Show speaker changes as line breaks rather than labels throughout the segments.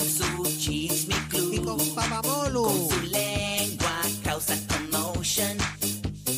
su chisme
Y
club.
con papamolu.
Su lengua causa commotion.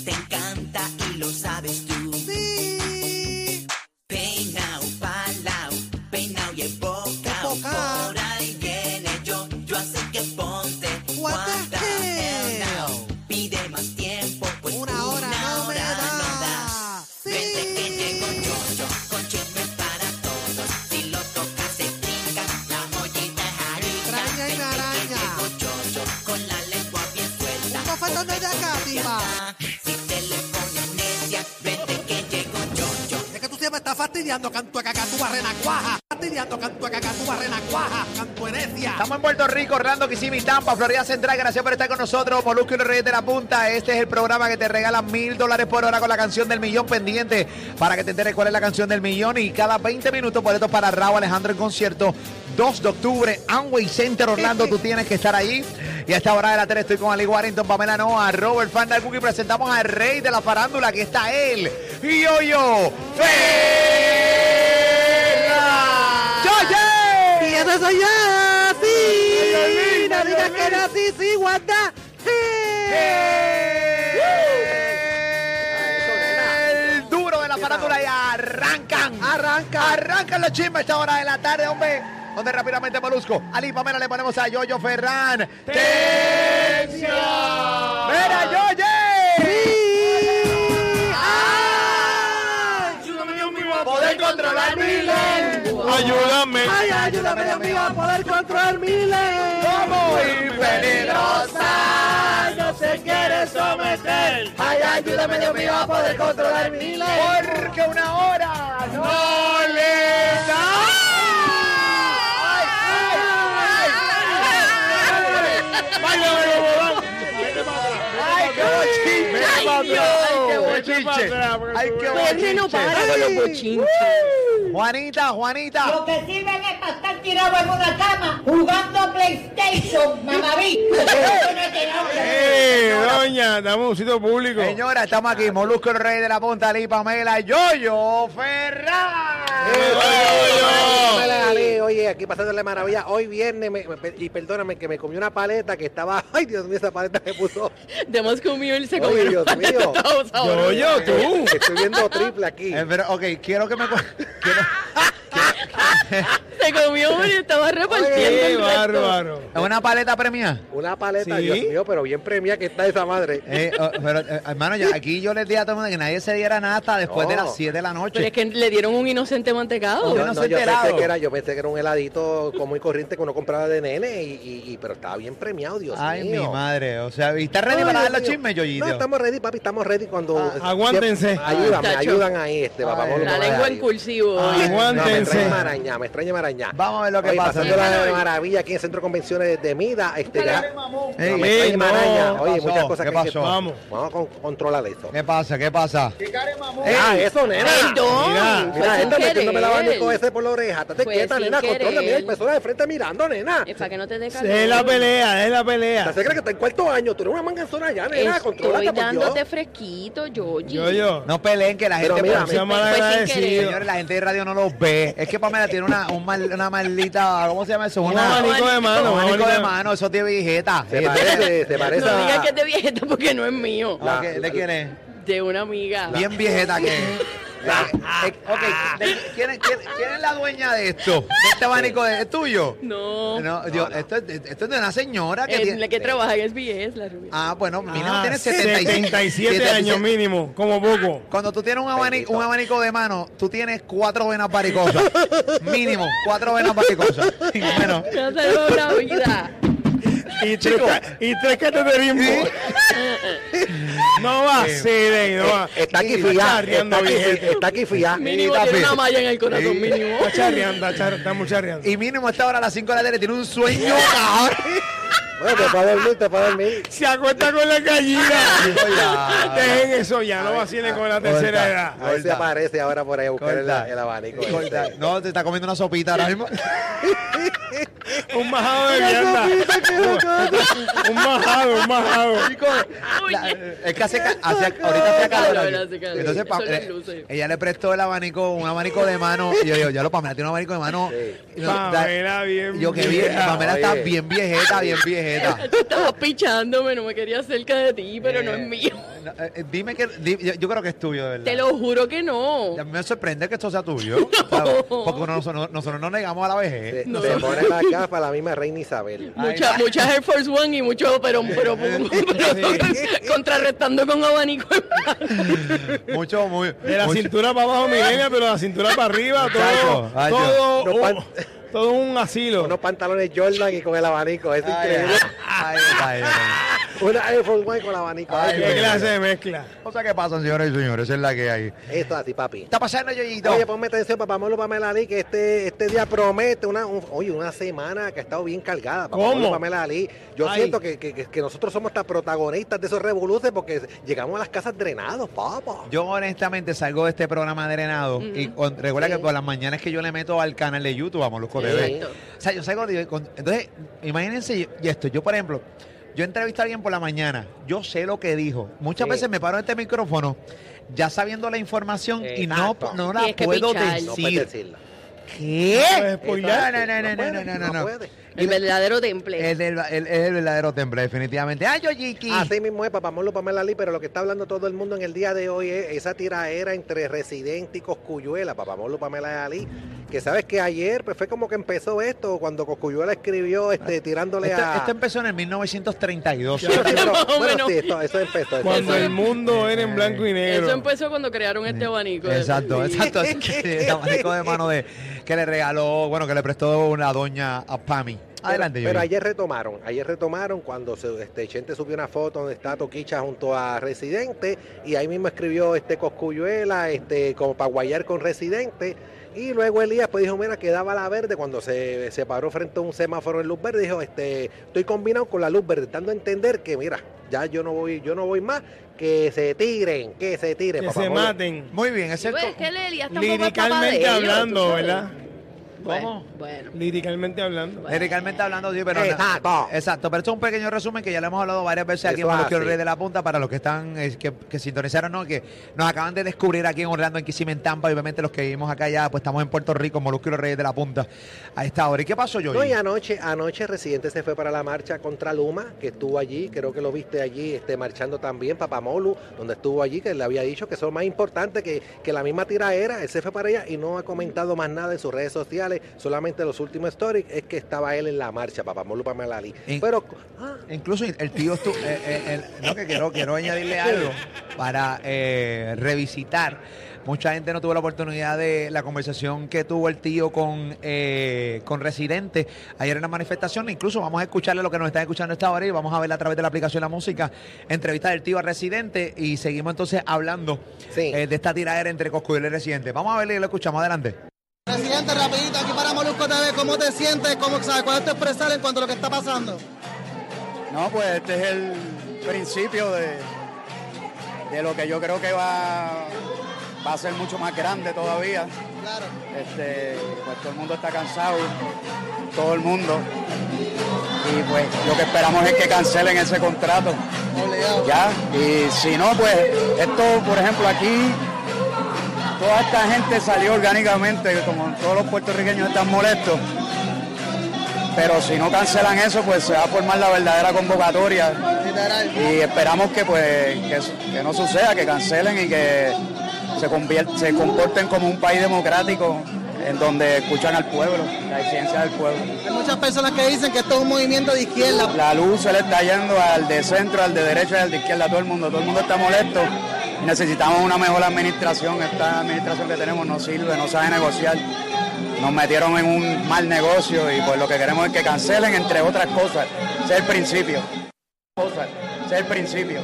Te encanta y lo sabes tú.
Sí.
Peinao, palao, peinao y embocao.
Embocao.
Por ahí viene yo, yo así que ponte.
What the
hell
hell?
now? Pide más tiempo, pues
Una hora no me da.
Vente que
Sí.
llegó Chocho con chisme para todos. Si lo tocas se trinca, la joyita es harina.
Extraña y me araña.
Llegó Chocho con la lengua bien suelta.
Un bofetón de Yacatima.
Si te le pones necia, vente que llegó Chocho.
Es que tú siempre estás fastidiando canto a cacatúa renacuaja. Fastidiando canto a cacatúa renacuaja. Cantuerecia.
Estamos en Puerto Rico, Orlando, Kissimmee, Tampa, Florida Central. Gracias por estar con nosotros. Molusco y los Reyes de la Punta. Este es el programa que te regala mil dólares por hora con la canción del millón pendiente para que te enteres cuál es la canción del millón. Y cada 20 minutos boletos para Raúl Alejandro en concierto. 2 de octubre, Amway Center Orlando, tú tienes que estar ahí. Y a esta hora de la tele estoy con Ali Warrington, Pamela Noa, Robert Fandal Cook y presentamos al rey de la farándula, que está él, Yoyo Fernández. ¡Yoyo!
Y eso soy yo. Sí.
Violín,
No digas
violín.
que no. Sí, sí, guarda. Sí.
El duro de la farándula y arrancan. Arranca. Arrancan los chismes a esta hora de la tarde, hombre. Donde rápidamente Molusco. Ali Pamela le ponemos a Yoyo Ferran. ¡Tensión! ¡Mira, Yoye! Poder controlar mi lengua.
Ayúdame.
Ay, ayúdame, Dios mío, a poder controlar mi ley.
Como y peligrosa.
No se quiere someter.
Ay, ayúdame, Dios mío, a poder controlar mi lengua. Porque una hora no, le da. Ay, ay, ay, ay. Ay, qué bochinche. Ay, qué bochinche. Ay, qué bochinche. Juanita, Juanita.
Lo que sirven es para estar tirado en una cama jugando PlayStation, mamaví. Eso no te da una-
¡Eh, doña! Dame un sitio público.
Señora, estamos aquí. Molusco, el rey de la punta, Ali, Pamela, Yoyo,
Eh,
Ferran.
oye, oye.
Hola, Ale, oye, aquí pasándole maravilla. Hoy viernes, me- me- y perdóname que me comí una paleta que estaba. Ay, Dios mío, esa paleta que puso.
De más comido él se
Ay,
comió.
Dios mío.
Yo, yo, tú.
Estoy viendo triple aquí.
Eh, pero, ok, quiero que me... cu- quiero-
Se comió uno y estaba repartiendo.
¡Qué
el resto.
bárbaro!
¿Es una paleta premiada?
Una paleta,
Sí.
Dios mío, pero bien premiada que está esa madre.
Eh, oh, pero, eh, hermano, yo- aquí yo les dije a todo el mundo que nadie se diera nada hasta después
No.
de las 7 de la
Pero
noche.
es que le dieron un inocente mantecado.
Yo
Yo,
no
no,
soy
yo,
pelado.
pensé que era, yo pensé que era un heladito como muy corriente que uno compraba de nene, y, y- y- pero estaba bien premiado, Dios
Ay,
mío.
mi madre. O sea, ¿y ¿estás ready
Ay,
para dar
Dios
los
mío.
chismes, Yoyito?
No, estamos ready, papi, estamos ready cuando...
Ah, aguántense.
Siempre- Ayúdame,
Muchacho.
ayudan ahí, este, papá.
Ay,
vamos,
La
vamos,
lengua
ahí.
en cursivo.
Ay,
No,
hoy.
me
Aguántense.
extraña Marañá, me extraña Marañá.
Vamos a ver lo que
Oye,
pasa.
Pasando la maravilla aquí en el Centro de Convenciones de Mida. Este, ya-
Ey,
No, me
ey,
extraña Maraña.
no,
Oye,
pasó,
muchas cosas
¿qué
que hay que-
pasó?
Vamos. Vamos a con- controlar eso.
¿Qué pasa? ¿Qué pasa?
Ey, ah, eso, nena.
Perdón. fue
Mira,
Ah, Mira,
sin
esta metiéndome el
querer.
abanico ese por la oreja. Estate
Fue
quieta,
sin
nena. Controla, mira,
querer.
hay personas de frente mirando, nena.
Es para que no te dé calor.
Es la pelea, es la pelea.
Se cree que está en cuarto año. Tú eres una manganzona ya, nena.
Estoy
Controlate, por
dándote
Dios.
fresquito, yo.
Yo, yo.
No peleen que la
Pero
gente...
mira, mira,
Sea mal agradecido.
Señores, la gente de radio no los ve. Es que Pamela tiene una, un mal- una maldita... ¿Cómo se llama eso?
Un
Una-
abanico de mano.
un
un
abanico de
abanico-
mano. Eso tiene vigeta.
Se parece, se
No
parece
digas
a...
que es de viejeta porque no es mío.
Ah, ok,
La-
¿De quién es?
De una amiga.
Bien viejeta que es. Eh, ok, ¿de- ¿quién, es- quién- quién es la dueña de esto? ¿De este abanico de- es tuyo?
No.
No, Dios, Esto, es de- esto es de una señora
Eh,
que
En
tiene...
la que trabaja en SBS, la rubia.
Ah, bueno, mínimo
Ah,
tiene 77,
77 años mínimo, como poco.
Cuando tú tienes un abanico,
Bendito.
un abanico de mano, tú tienes cuatro venas varicosas. mínimo, cuatro venas varicosas. bueno,
No salvo la vida.
Y tres, ca- y tres cateterismo. no va, sí, Dey, no va.
eh, Está aquí
Está
fiá.
charreando
Está aquí
billete.
fiá. Está aquí fiá.
Mínimo
Mira,
tiene
fe.
una malla en el corazón, mínimo.
Está charreando, está, char- está muy charreando.
y mínimo a esta hora a las 5 de la tarde tiene un sueño cabrón.
Bueno, te para dormir, te para dormir.
Se acuesta con la gallina.
Cuidado.
Dejen eso ya, no vacilen con la tercera
Corta.
edad.
A ver si
Corta.
aparece ahora por ahí a buscar el, el abanico. ese.
Corta. No, te está comiendo una sopita ahora mismo.
Un majado de mierda. un majado, un majado.
La- es que hace, ca- hace- ahorita
Hace
hace calor.
calor,
aquí.
hace calor.
Entonces,
Sí,
pa-
eso no
eh,
luce.
ella le prestó el abanico, un abanico de mano. Y yo digo, ya lo Pamela tiene un abanico de mano. Y no, da-
Pamela, bien
Yo que vi,
vieja,
Pamela está
oye.
bien viejeta, bien viejeta.
Tú estabas pichándome, no me quería cerca de ti, pero no
Eh,
es mío.
no, eh, eh, dime que. di- yo, yo creo que es tuyo, de verdad.
Te lo juro que no.
Y a mí me sorprende que esto sea tuyo. ¿sabes? Porque uno- nosotros, nosotros nos negamos a la
Te,
vejez.
No.
te pones la capa la misma reina Isabel.
Mucha, muchas Air Force One y mucho, pero, pero, pero- contrarrestando con abanico.
Mucho, muy.
De la
mucho-
cintura para abajo, Milenia, pero de la cintura para arriba, todo,
Chacho, chacho.
todo,
No,
un-
pan-
todo un asilo.
Unos pantalones Jordan y con el abanico. Es
Ay,
increíble.
ay, ay, ay.
Una Air Force One con el abanico.
Ay,
Qué clase de mezcla.
O sea, ¿qué pasa, señoras y señores? Esa es la que hay. ¿Qué
Esto así, papi.
está pasando, Yoyito?
Oye, ponme atención, papá Molo, Pamela Ali, que este, este día promete una, un- oye, una semana que ha estado bien cargada. Papá
¿Cómo?
Molo, Pamela Ali. Yo
Ay.
siento que, que- que- que nosotros somos hasta protagonistas de esos revoluces porque llegamos a las casas drenados, papá.
pues, Yo honestamente salgo de este programa drenado y con- recuerda que por las mañanas que yo le meto al canal de YouTube a Molusco TV.
Exacto.
O sea, yo salgo de- con- entonces, imagínense yo- y esto, yo por ejemplo, yo entrevisto a alguien por la mañana, yo sé lo que dijo. Muchas
Sí.
veces me paro en este micrófono ya sabiendo la información y no,
Exacto.
no la
Tienes que
puedo
pichar.
decir.
No puedes decirla.
¿Qué?
No puedes spoilear.
No, no, no, no, no,
puedes,
no, no, no.
puedes.
El verdadero temple.
Es del- el, es el verdadero temple, definitivamente. ¡Ay, Yoyiki!
Así mismo es, papá Molo, Pamela Ali, pero lo que está hablando todo el mundo en el día de hoy es esa tiraera entre Residente y Coscuyuela, papá Molo, Pamela Ali, que sabes que ayer pues, fue como que empezó esto, cuando Coscuyuela escribió este, tirándole
Esto,
a...
esto empezó en el 1932.
Sí, pero-
Más o
bueno,
menos.
sí, esto- eso empezó. eso
Cuando
empezó.
el mundo era en blanco y
Eso
negro.
empezó cuando crearon este abanico.
Exacto,
Sí.
exacto. Es que el abanico de mano de que le regaló, bueno, que le prestó una doña a Pami. Adelante,
Pero, pero
Yuri.
ayer retomaron, ayer retomaron cuando se, este, Chente subió una foto donde está Toquicha junto a Residente y ahí mismo escribió este Coscuyuela, este, como para guayar con Residente. Y luego Elías pues dijo, mira, quedaba la verde cuando se, se paró frente a un semáforo en luz verde, dijo, este, estoy combinado con la luz verde, dando a entender que mira, ya yo no voy, yo no voy más, que se tiren, que se tiren,
Que
papá
se
Molo.
maten.
Muy bien, es
Sí,
el
pues,
co-
es que Lelia está un poco escapada de
Liricalmente
ellos,
hablando,
tú sabes.
¿verdad?
Bueno, bueno.
Liricalmente hablando.
Liricalmente hablando, sí, pero
Exacto.
Exacto, pero esto es un pequeño resumen que ya le hemos hablado varias veces aquí en
Eso es
Molusco y el
así.
Rey de la Punta para los que están, eh, que, que sintonizaron, ¿no? que nos acaban de descubrir aquí en Orlando, en Kissimmee, en Tampa, y obviamente los que vivimos acá ya, pues estamos en Puerto Rico, Molusco y los Reyes de la Punta, a esta hora. ¿Y qué pasó, Joy?
No, y anoche, anoche Residente se fue para la marcha contra Luma, que estuvo allí, creo que lo viste allí, este, marchando también, Papamolu, donde estuvo allí, que le había dicho que son más importantes que, que la misma tiraera, él se fue para allá y no ha comentado más nada en sus redes sociales, solamente los últimos stories es que estaba él en la marcha, Papamolu Pamalali.
En-
Pero, ah,
Incluso el tío estuvo. no, que quiero, quiero añadirle algo para eh, revisitar. Mucha gente no tuvo la oportunidad de la conversación que tuvo el tío con, eh, con residentes ayer en la manifestación. Incluso vamos a escucharle lo que nos están escuchando a esta hora y vamos a verla a través de la aplicación La Música. Entrevista del tío a residente y seguimos entonces hablando
Sí.
eh, de esta tiradera entre Coscuyuela y residente. Vamos a verle y lo escuchamos. Adelante.
Presidente, rapidito, aquí para Molusco TV, ¿cómo te sientes? ¿Cómo sabes cuál es tu expresar en cuanto a lo que está pasando?
No, pues este es el principio de, de lo que yo creo que va, va a ser mucho más grande todavía.
Claro.
Este, pues todo el mundo está cansado, todo el mundo. Y pues lo que esperamos es que cancelen ese contrato.
Obligado.
Ya, y si no, pues esto, por ejemplo, aquí toda esta gente salió orgánicamente, como todos los puertorriqueños están molestos. Pero si no cancelan eso, pues se va a formar la verdadera convocatoria
Literal.
y esperamos que pues que, eso- que no suceda, que cancelen y que se, convier- se comporten como un país democrático en donde escuchan al pueblo, la exigencia del pueblo.
Hay muchas personas que dicen que esto es un movimiento de izquierda.
La luz se le está yendo al de centro, al de derecha y al de izquierda, a todo el mundo. Todo el mundo está molesto. Necesitamos una mejor administración. Esta administración que tenemos no sirve, no sabe negociar. Nos metieron en un mal negocio y pues lo que queremos es que cancelen, entre otras cosas. Ese es el principio. Cosas. Ese es el principio.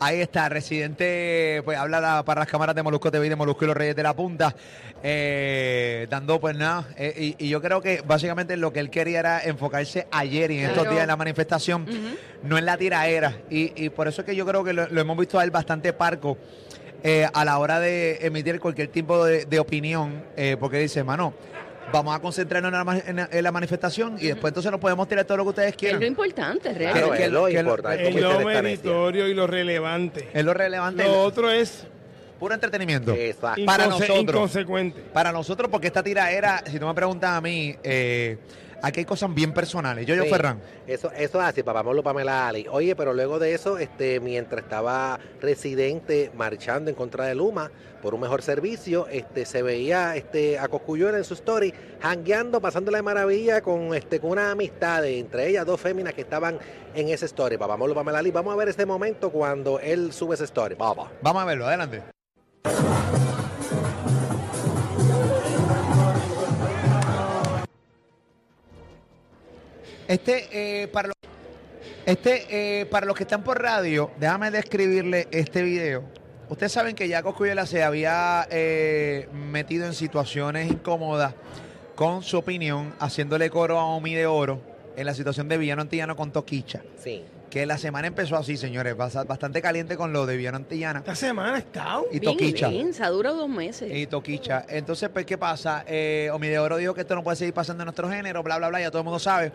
Ahí está, residente, pues habla la- para las cámaras de Molusco TV y de Molusco y los Reyes de la Punta, eh, dando pues nada. eh, y, y yo creo que básicamente lo que él quería era enfocarse ayer y en estos
Claro.
días de la manifestación, no en la tiraera. Y, y por eso es que yo creo que lo, lo hemos visto a él bastante parco eh, a la hora de emitir cualquier tipo de, de opinión, eh, porque dice, mano, vamos a concentrarnos en la, ma- en la- en la manifestación y después entonces nos podemos tirar todo lo que ustedes
Es lo
quieran.
importante,
Que-
realmente.
que- que- que-
Es
que-
lo meritorio y lo relevante.
es lo relevante.
Lo otro es
puro entretenimiento.
Ah,
Inconse-
Para nosotros.
inconsecuente.
Para nosotros, porque esta tiraera, si tú me preguntas a mí, eh, aquí hay cosas bien personales. Yo, yo,
Sí,
Ferran.
Eso, eso es así, papá Molo Pamela Ali. Oye, pero luego de eso, este, mientras estaba residente marchando en contra de Luma por un mejor servicio, este, se veía este, a Cosculluela en su story, jangueando, pasándola de maravilla con, este, con una amistad de- entre ellas dos féminas que estaban en ese story. Papá Molo Pamela Ali, vamos a ver este momento cuando él sube ese story. Papá.
Vamos a verlo, adelante. Este, eh, para los, este, eh, para los que están por radio, déjame describirle este video. Ustedes saben que ya Coscuyela se había eh, metido en situaciones incómodas con su opinión, haciéndole coro a Omi de Oro en la situación de Villano Antillano con Toquicha.
Sí.
Que la semana empezó así, señores, basa- bastante caliente con lo de Villano Antillana.
Esta semana ha estado.
Y
Bien
Toquicha.
intensa, dura dos meses.
Y Toquicha. Entonces, pues, ¿qué pasa? Eh, Omideoro dijo que esto no puede seguir pasando en nuestro género, bla, bla, bla, ya todo el mundo sabe.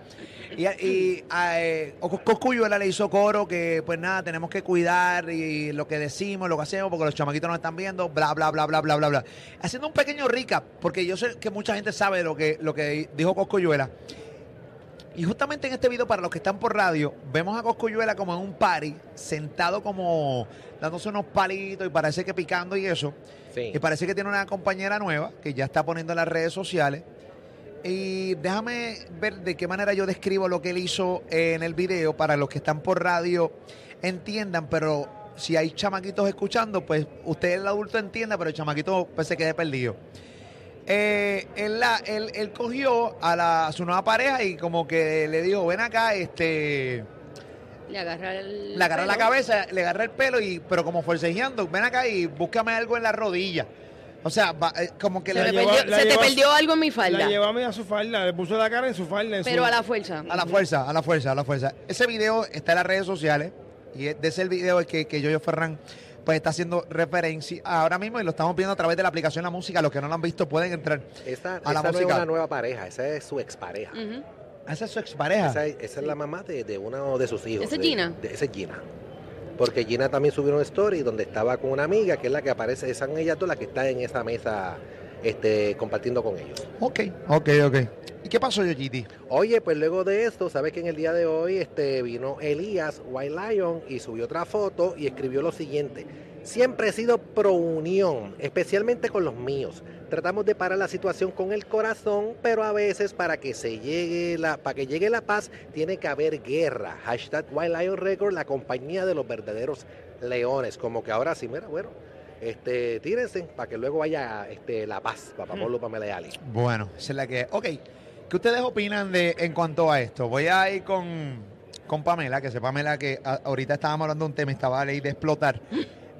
Y, y a, eh, Oco- Cosculluela le hizo coro que, pues nada, tenemos que cuidar y lo que decimos, lo que hacemos, porque los chamaquitos nos están viendo, bla, bla, bla, bla, bla, bla, bla. Haciendo un pequeño recap, porque yo sé que mucha gente sabe lo que, lo que dijo Cosculluela. Y justamente en este video, para los que están por radio, vemos a Cosculluela como en un party, sentado como dándose unos palitos y parece que picando y eso.
Sí.
Y parece que tiene una compañera nueva que ya está poniendo en las redes sociales. Y déjame ver de qué manera yo describo lo que él hizo en el video para los que están por radio entiendan, pero si hay chamaquitos escuchando, pues usted el adulto entienda, pero el chamaquito pues, se quede perdido. Eh, él, la- él- él cogió a, la- a su nueva pareja y como que le dijo, ven acá, este...
Le agarra el
Le agarra la
pelo.
cabeza, le agarra el pelo y, pero como forcejeando, ven acá y búscame algo en la rodilla. O sea, va- eh, como que
Se,
le
me perdió- se te perdió algo en mi
La
falda.
llevamos a su falda, le puso la cara en su falda. en
Pero
su-
a la fuerza.
A la fuerza, a la fuerza, a la fuerza. Ese video está en las redes sociales y es- de ese video es que, que Yoyo Ferran pues está haciendo referencia ahora mismo y lo estamos viendo a través de la aplicación La Música. Los que no lo han visto pueden entrar
Esa,
a la
esa no es
música.
una nueva pareja, esa es su expareja.
Ah, Esa es su expareja.
Esa, es- esa es la mamá de, de uno de sus hijos.
¿Esa es
de-
Gina?
de- esa es Gina. Porque Gina también subió una story donde estaba con una amiga, que es la que aparece, esa es ella toda la que está en esa mesa este, compartiendo con ellos.
Ok, ok, ok. ¿Y qué pasó, Yoyiti?
Oye, pues luego de esto, sabes que en el día de hoy este, vino Elías White Lion y subió otra foto y escribió lo siguiente. Siempre he sido pro unión, especialmente con los míos. Tratamos de parar la situación con el corazón, pero a veces para que se llegue la, para que llegue la paz tiene que haber guerra. Hashtag White Lion Record, la compañía de los verdaderos leones. Como que ahora sí, mira, bueno, este, tírense para que luego vaya este, la paz, papá Pablo Pamela y Ali.
Bueno, esa es la que es. Ok, ¿qué ustedes opinan de en cuanto a esto? Voy a ir con, con Pamela, que sé Pamela que a- ahorita estábamos hablando de un tema, y estaba ahí de explotar.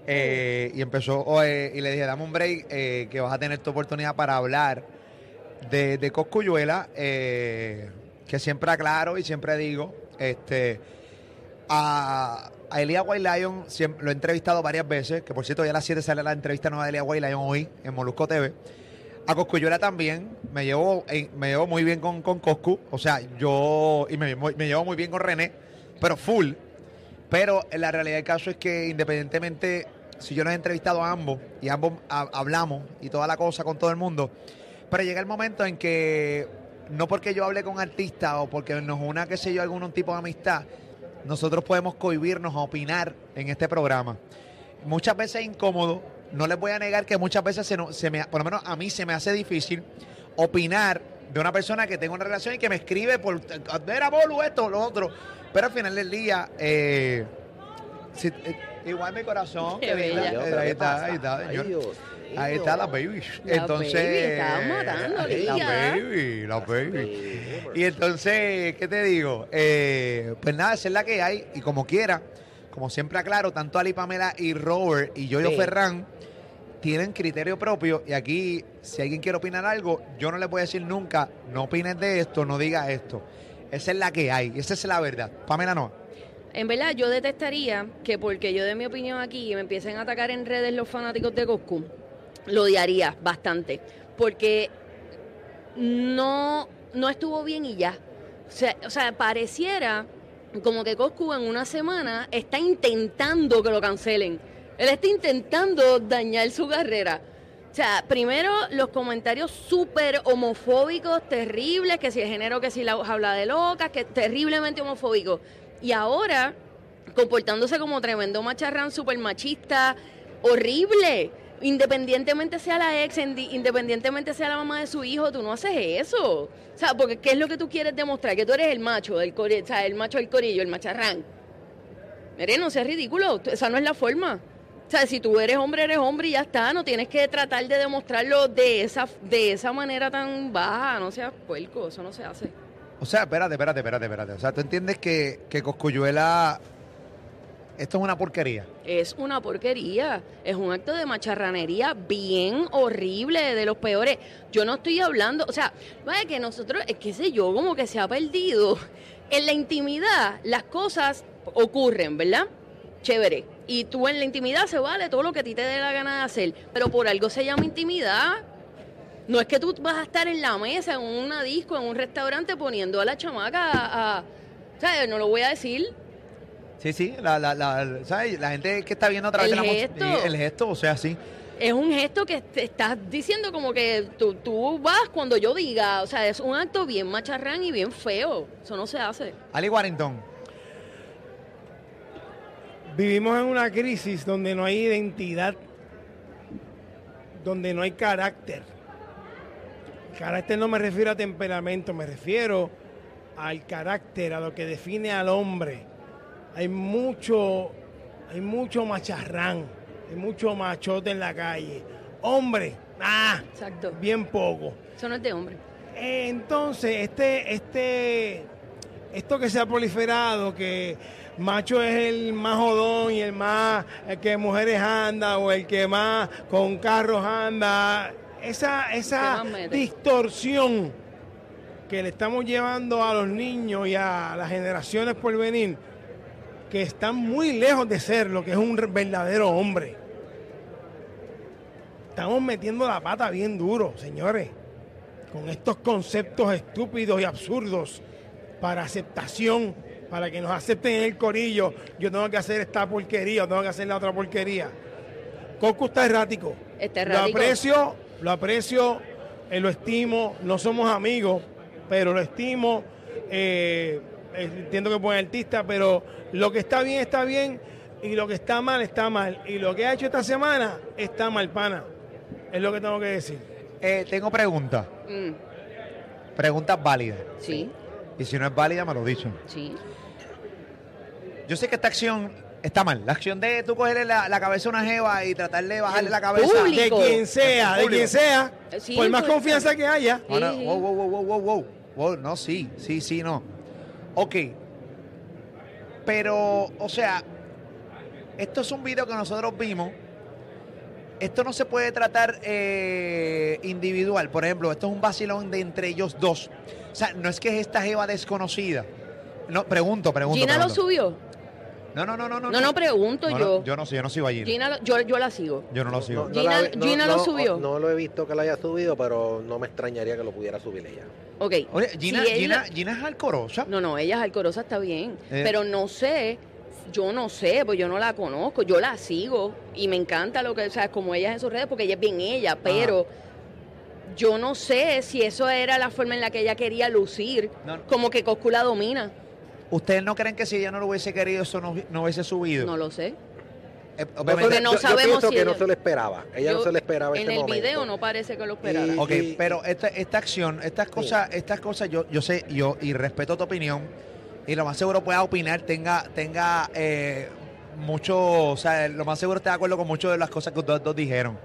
eh, y empezó, oh, eh, y le dije, dame un break, eh, que vas a tener tu oportunidad para hablar de, de Cosculluela, eh, que siempre aclaro y siempre digo, este, a, a Elia White Lion siem- lo he entrevistado varias veces, que por cierto ya a las 7 sale la entrevista nueva de Elia White Lion hoy en Molusco TV. A Coscuyuela también, me llevo, eh, me llevo muy bien con, con Coscu, o sea, yo, y me, me llevo muy bien con René, pero full. Pero la realidad del caso es que independientemente, si yo los he entrevistado a ambos, y ambos ha- hablamos y toda la cosa con todo el mundo, pero llega el momento en que, no porque yo hable con artistas o porque nos una, qué sé yo, algún tipo de amistad, nosotros podemos cohibirnos a opinar en este programa. Muchas veces es incómodo, no les voy a negar que muchas veces se, no- se me, por lo menos a mí se me hace difícil opinar de una persona que tengo una relación y que me escribe por ver a Bolu esto lo otro. Pero al final del día, eh, si- eh, igual mi corazón, de
Qué
verdad,
bella.
eh,
Pero,
ahí
¿qué
está,
pasa?
ahí está,
Ay,
señor.
Dios
Ahí
mío.
está la baby.
La
Entonces,
baby, estaba matando,
ahí, la
Lía.
baby, la baby. Y entonces, ¿qué te digo? Eh, pues nada, esa es la que hay. Y como quiera, como siempre aclaro, tanto Ali Pamela y Robert y Yoyo
Sí.
Ferran tienen criterio propio y aquí, si alguien quiere opinar algo, yo no le voy a decir nunca, no opines de esto, no digas esto. Esa es la que hay, esa es la verdad. Pamela no.
En verdad, yo detestaría que porque yo dé mi opinión aquí y me empiecen a atacar en redes los fanáticos de Coscu, lo odiaría bastante. Porque no, no estuvo bien y ya. O sea, o sea, pareciera como que Coscu en una semana está intentando que lo cancelen. Él está intentando dañar su carrera. O sea, primero los comentarios súper homofóbicos, terribles, que si el género, que si la habla de locas, que terriblemente homofóbicos. Y ahora comportándose como tremendo macharrán, súper machista, horrible. Independientemente sea la ex, indi- independientemente sea la mamá de su hijo, tú no haces eso. O sea, porque ¿qué es lo que tú quieres demostrar? Que tú eres el macho, el, core, o sea, el macho del corillo, el macharrán. Mire, no seas ridículo, tú- esa no es la forma. O sea, si tú eres hombre, eres hombre y ya está, no tienes que tratar de demostrarlo de esa, de esa manera tan baja, no seas puerco, eso no se hace.
O sea, espérate, espérate, espérate, espérate. O sea, tú entiendes que, que Coscuyuela, esto es una porquería.
Es una porquería, es un acto de macharranería bien horrible, de los peores. Yo no estoy hablando, o sea, vaya que nosotros, eh, qué sé yo, como que se ha perdido. En la intimidad las cosas ocurren, ¿verdad? Chévere. Y tú en la intimidad se vale todo lo que a ti te dé la gana de hacer, pero por algo se llama intimidad. No es que tú vas a estar en la mesa, en una disco, en un restaurante poniendo a la chamaca a... a- ¿Sabes? No lo voy a decir.
Sí, sí, la, la, la, ¿sabes? la gente que está viendo a través
El
de la
gesto.
música. El gesto, o sea, sí.
es un gesto que te estás diciendo como que tú, tú vas cuando yo diga. O sea, es un acto bien macharrán y bien feo. Eso no se hace.
Ali Warrington.
Vivimos en una crisis donde no hay identidad, donde no hay carácter. Carácter no me refiero a temperamento, me refiero al carácter, a lo que define al hombre. Hay mucho, hay mucho macharrán, hay mucho machote en la calle. Hombre, ah,
Exacto.
bien poco.
Eso no es de hombre.
Eh, Entonces, este, este, esto que se ha proliferado, que macho es el más jodón y el más el que mujeres anda o el que más con carros anda, esa, esa
más mete.
distorsión que le estamos llevando a los niños y a las generaciones por venir, que están muy lejos de ser lo que es un verdadero hombre. Estamos metiendo la pata bien duro, señores con estos conceptos estúpidos y absurdos para aceptación, para que nos acepten en el corillo. Yo tengo que hacer esta porquería, o tengo que hacer la otra porquería. Coco está errático.
Está
Lo
errático.
aprecio, lo aprecio, eh, lo estimo. No somos amigos, pero lo estimo. Eh, eh, entiendo que es buen artista, pero lo que está bien está bien y lo que está mal está mal. Y lo que ha hecho esta semana está mal, pana. Es lo que tengo que decir.
Eh, tengo preguntas,
Mm,
preguntas válidas.
sí,
Y si no es válida, me lo dicen.
sí.
Yo sé que esta acción está mal. La acción de tú cogerle la, la cabeza a una jeva y tratarle de bajarle la cabeza.
De quien sea, de quien sea.
Sí,
por más
pues,
confianza que haya.
Ahora, wow, wow, wow, wow, wow, wow. Wow, no, sí, sí, sí, no. Ok. Pero, o sea, esto es un video que nosotros vimos. Esto no se puede tratar eh, individual. Por ejemplo, esto es un vacilón de entre ellos dos. O sea, no es que es esta jeva desconocida. No, pregunto, pregunto.
Gina lo
pregunto.
subió.
No, no, no, no, no.
No, no, pregunto
No, no,
yo.
yo no sé, yo no sigo a Gina.
Gina lo- yo, yo la sigo.
Yo no lo sigo.
No la
Gina-
vi- no-
Gina lo
no-
subió.
No lo he visto que lo haya subido, pero no me extrañaría que lo pudiera subir ella.
Ok.
Oye, Gina,
Si él-
Gina, Gina es alcorosa.
No, no, ella es alcorosa, está bien.
Eh.
Pero no sé, yo no sé, pues yo no la conozco, yo la sigo y me encanta lo que, o sea, como ella es en sus redes, porque ella es bien ella, pero yo no sé si eso era la forma en la que ella quería lucir,
No, no.
como que Coscu la domina,
¿Ustedes no creen que si ella no lo hubiese querido, eso no, no hubiese subido?
no lo sé.
Eh,
Yo-
obviamente-
Porque no
yo,
sabemos
pienso
si
que
ella-
no se lo esperaba. Ella no
Yo-
se lo esperaba
en
este
el
momento.
video no parece que lo esperara.
Ok, pero esta, esta acción, estas cosas, estas cosas, yo, yo sé, yo y respeto tu opinión, y lo más seguro pueda opinar, tenga, tenga eh, mucho, o sea, lo más seguro esté de acuerdo con muchas de las cosas que ustedes dos dijeron.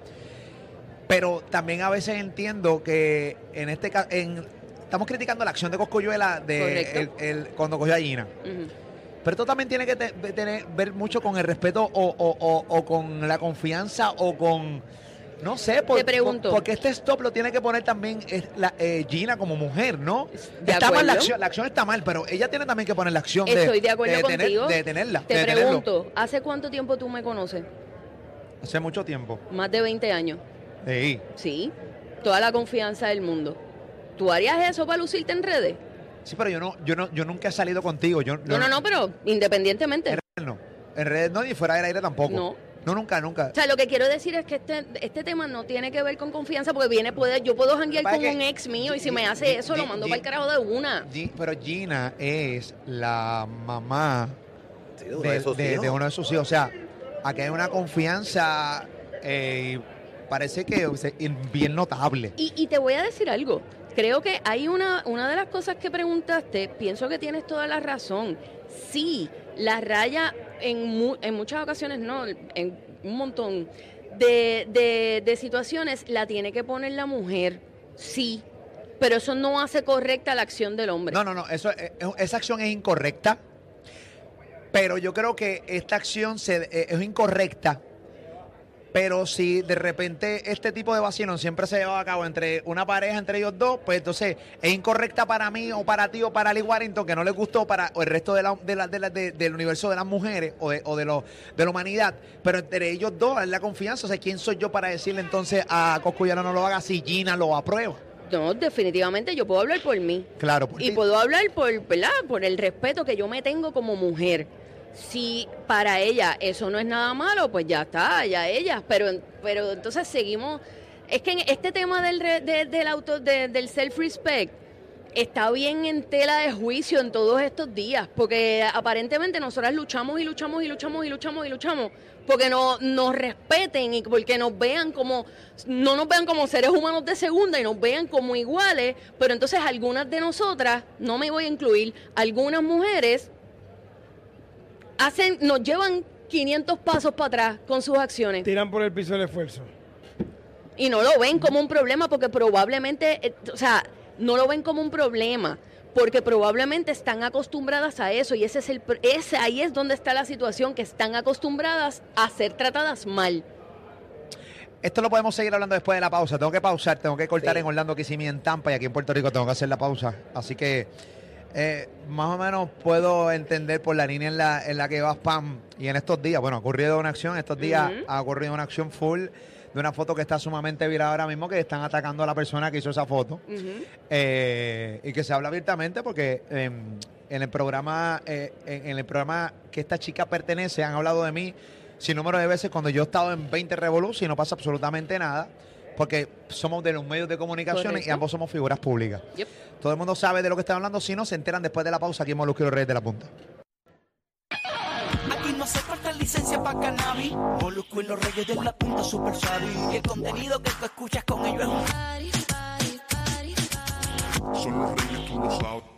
Pero también a veces entiendo que en este caso, estamos criticando la acción de Coscoyuela de
Correcto.
el- el- cuando cogió a Gina.
Ujú.
Pero esto también tiene que te- ve- tener, ver mucho con el respeto o, o- o- o con la confianza o con... No sé, por-
Te pregunto.
por- porque este stop lo tiene que poner también es la, eh, Gina como mujer, ¿no?
De
está mal la
acuerdo.
acción, la acción está mal, pero ella tiene también que poner la acción de,
Estoy de acuerdo
de detener-
contigo.
de detenerla.
Te
de detenerlo.
pregunto, ¿hace cuánto tiempo tú me conoces?
Hace mucho tiempo.
Más de 20 años.
Sí.
Sí. Toda la confianza del mundo. ¿Tú harías eso para lucirte en redes?
Sí, pero yo no, yo no, yo nunca he salido contigo. Yo,
No,
yo-
no, no, pero independientemente.
no. En redes no, ni fuera del aire tampoco.
No.
No, nunca, nunca.
O sea, lo que quiero decir es que este, este tema no tiene que ver con confianza porque viene, puede, yo puedo janguear
Lo que
con
pasa es
un
que-
ex mío y si
Gi-
me
Gi-
hace eso lo
Gi-
mando
Gi-
para el carajo de una.
Gi- pero Gina es la mamá
Sí,
de,
uno de esos
de-
hijos.
de uno de sus hijos. O sea, aquí hay una confianza eh, y parece que o sea, y bien notable.
Y, y te voy a decir algo. Creo que hay una, una de las cosas que preguntaste, pienso que tienes toda la razón. Sí, la raya en, mu- en muchas ocasiones, no, en un montón de, de- de situaciones la tiene que poner la mujer, sí, pero eso no hace correcta la acción del hombre.
No, no, no. Eso, eh, eh, esa acción es incorrecta. Pero yo creo que esta acción se, eh, es incorrecta. Pero si de repente este tipo de vacilón siempre se lleva a cabo entre una pareja, entre ellos dos, pues entonces es incorrecta para mí o para ti o para Ali Warrington, que no le gustó para o el resto de la- de la- de la- de- del universo de las mujeres o, de, o de, lo- de la humanidad. Pero entre ellos dos es la confianza. O sea, ¿quién soy yo para decirle entonces a Coscuyano no lo haga si Gina lo aprueba?
No, definitivamente yo puedo hablar por mí.
Claro, por ti.
Y puedo hablar por, ¿verdad? por el respeto que yo me tengo como mujer. Si para ella eso no es nada malo, pues ya está, ya ella. Pero, pero entonces seguimos. Es que en este tema del, re- de- del, auto, de- del self-respect está bien en tela de juicio en todos estos días, porque aparentemente nosotras luchamos y luchamos y luchamos y luchamos y luchamos porque no, nos respeten y porque nos vean como, no nos vean como seres humanos de segunda y nos vean como iguales, pero entonces algunas de nosotras, no me voy a incluir, algunas mujeres hacen, nos llevan 500 pasos para atrás con sus acciones
Tiran por el piso el esfuerzo.
y no lo ven como un problema porque probablemente, eh, o sea, no lo ven como un problema porque probablemente están acostumbradas a eso y ese es el pr- ese ahí es donde está la situación que están acostumbradas a ser tratadas mal.
Esto lo podemos seguir hablando después de la pausa. Tengo que pausar, tengo que cortar
Sí.
en Orlando, Kissimmee, en Tampa y aquí en Puerto Rico tengo que hacer la pausa. Así que eh, más o menos puedo entender por la línea en la, en la que vas, Pam. Y en estos días, bueno, ha ocurrido una acción, estos días
Ujú.
ha ocurrido una acción full de una foto que está sumamente viral ahora mismo, que están atacando a la persona que hizo esa foto. Eh, y que se habla abiertamente porque eh, en el programa eh, en, en el programa que esta chica pertenece han hablado de mí sin número de veces cuando yo he estado en 20 revoluciones y no pasa absolutamente nada porque somos de los medios de comunicación y
Correcto.
ambos somos figuras públicas.
Yep.
Todo el mundo sabe de lo que está hablando, si no se enteran después de la pausa aquí en Molusco y los Reyes de la Punta.
Aquí no se falta licencia para cannabis. Molusco y los reyes de la punta super suave. Y el contenido que tú escuchas con ellos es un
Son los reyes, tú lo sabes.